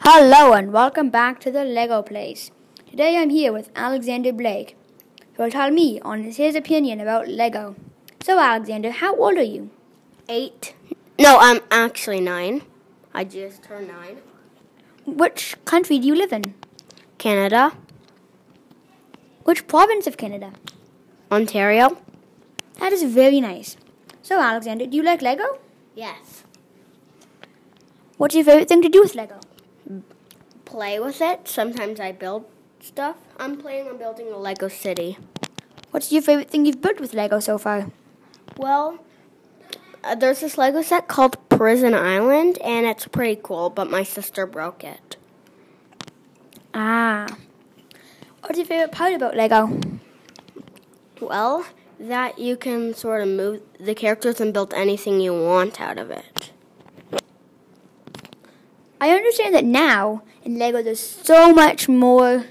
Hello and welcome back to the Lego Place. Today I'm here with Alexander Blake, who will tell me on his opinion about Lego. So, Alexander, how old are you? Eight. No, I'm actually nine. I just turned nine. Which country do you live in? Canada, Which province of Canada? Ontario. That is very nice. So, Alexander, do you like Lego? Yes. What's your favorite thing to do with Lego? Play with it. Sometimes I build stuff. I'm planning on building a Lego city. What's your favorite thing you've built with Lego so far? Well, uh, there's this Lego set called Prison Island, and it's pretty cool, but my sister broke it. Ah. What's your favorite part about Lego? Well, that you can sort of move the characters and build anything you want out of it. I understand that now in Lego there's so much more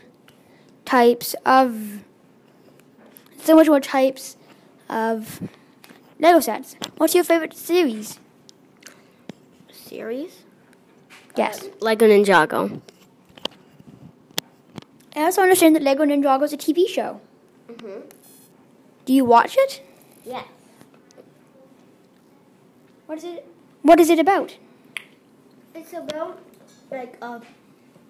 types of so much more types of Lego sets. What's your favorite series? Series? Um, Yes. Lego Ninjago. I also understand that Lego Ninjago is a TV show. Mm-hmm. Do you watch it? Yes. What is it? What is it about? It's about like a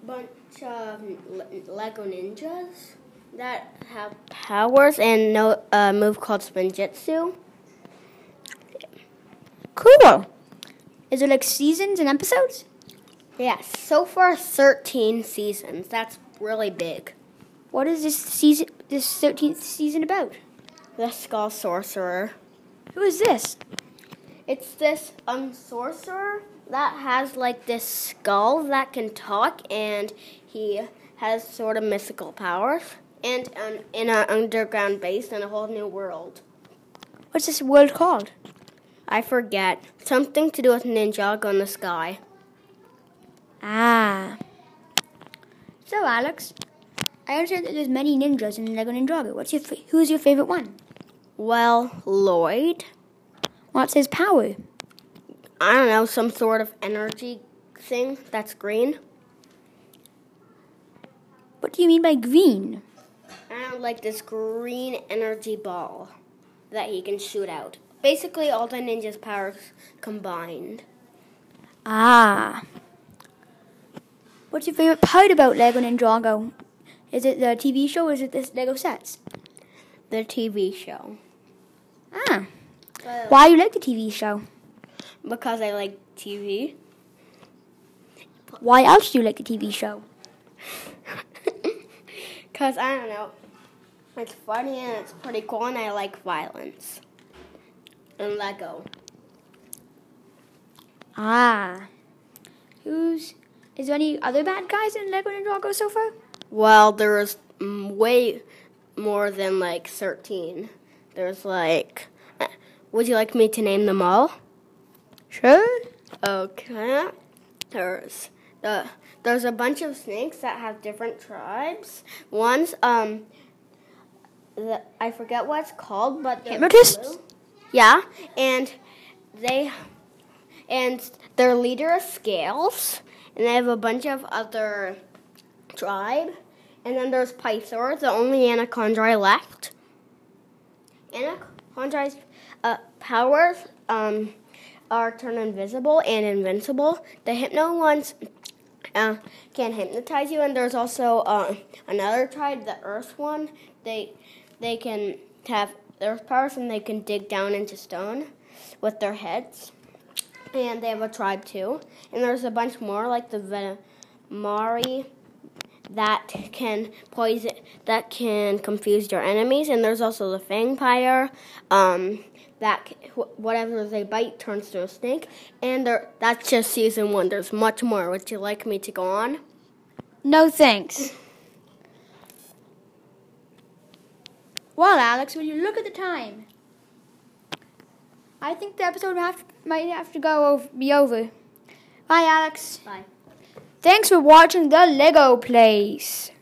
bunch of Le- Lego ninjas that have powers and know a move called Spinjitzu. Cool. Is it like seasons and episodes? Yeah, so far 13 seasons. That's really big. What is this season? This thirteenth season about? The Skull Sorcerer. Who is this? It's this um sorcerer that has like this skull that can talk, and he has sort of mystical powers, and um, in an underground base in a whole new world. What's this world called? I forget. Something to do with Ninjago in the sky. Ah. So, Alex, I understand that there's many ninjas in Lego Ninjago. What's your fa- who's your favorite one? Well, Lloyd? What's his power? I don't know, some sort of energy thing that's green. What do you mean by green? I don't like this green energy ball that he can shoot out. Basically, all the ninja's powers combined. Ah. What's your favorite part about Lego Ninjago? Is it the TV show or is it this Lego sets? The TV show. Ah. Why you like the TV show? Because I like TV. Why else do you like the TV show? Because, I don't know, it's funny and it's pretty cool, and I like violence. And Lego. Ah. Who's. Is there any other bad guys in Lego Ninjago so far? Well, there was mm, way more than like 13. There's like. uh, Would you like me to name them all? Sure. Okay. There's the there's a bunch of snakes that have different tribes. One's um the, I forget what it's called, but they're Hypnotists? blue. Yeah, and they and their leader is Scales, and they have a bunch of other tribe. And then there's Pythor, the only Anacondri left. Anacondri's uh, powers um, are turn invisible and invincible. The Hypno ones uh, can hypnotize you, and there's also uh, another tribe, the Earth one. They they can have earth powers, and they can dig down into stone with their heads. And they have a tribe too. And there's a bunch more, like the Venamari that can poison that can confuse your enemies and there's also the fangpire um that c- wh- whatever they bite turns to a snake and there that's just season one there's much more would you like me to go on No thanks. well, Alex, will you look at the time? I think the episode will have might have to go over, be over. Bye, Alex. bye Thanks for watching the Lego Place.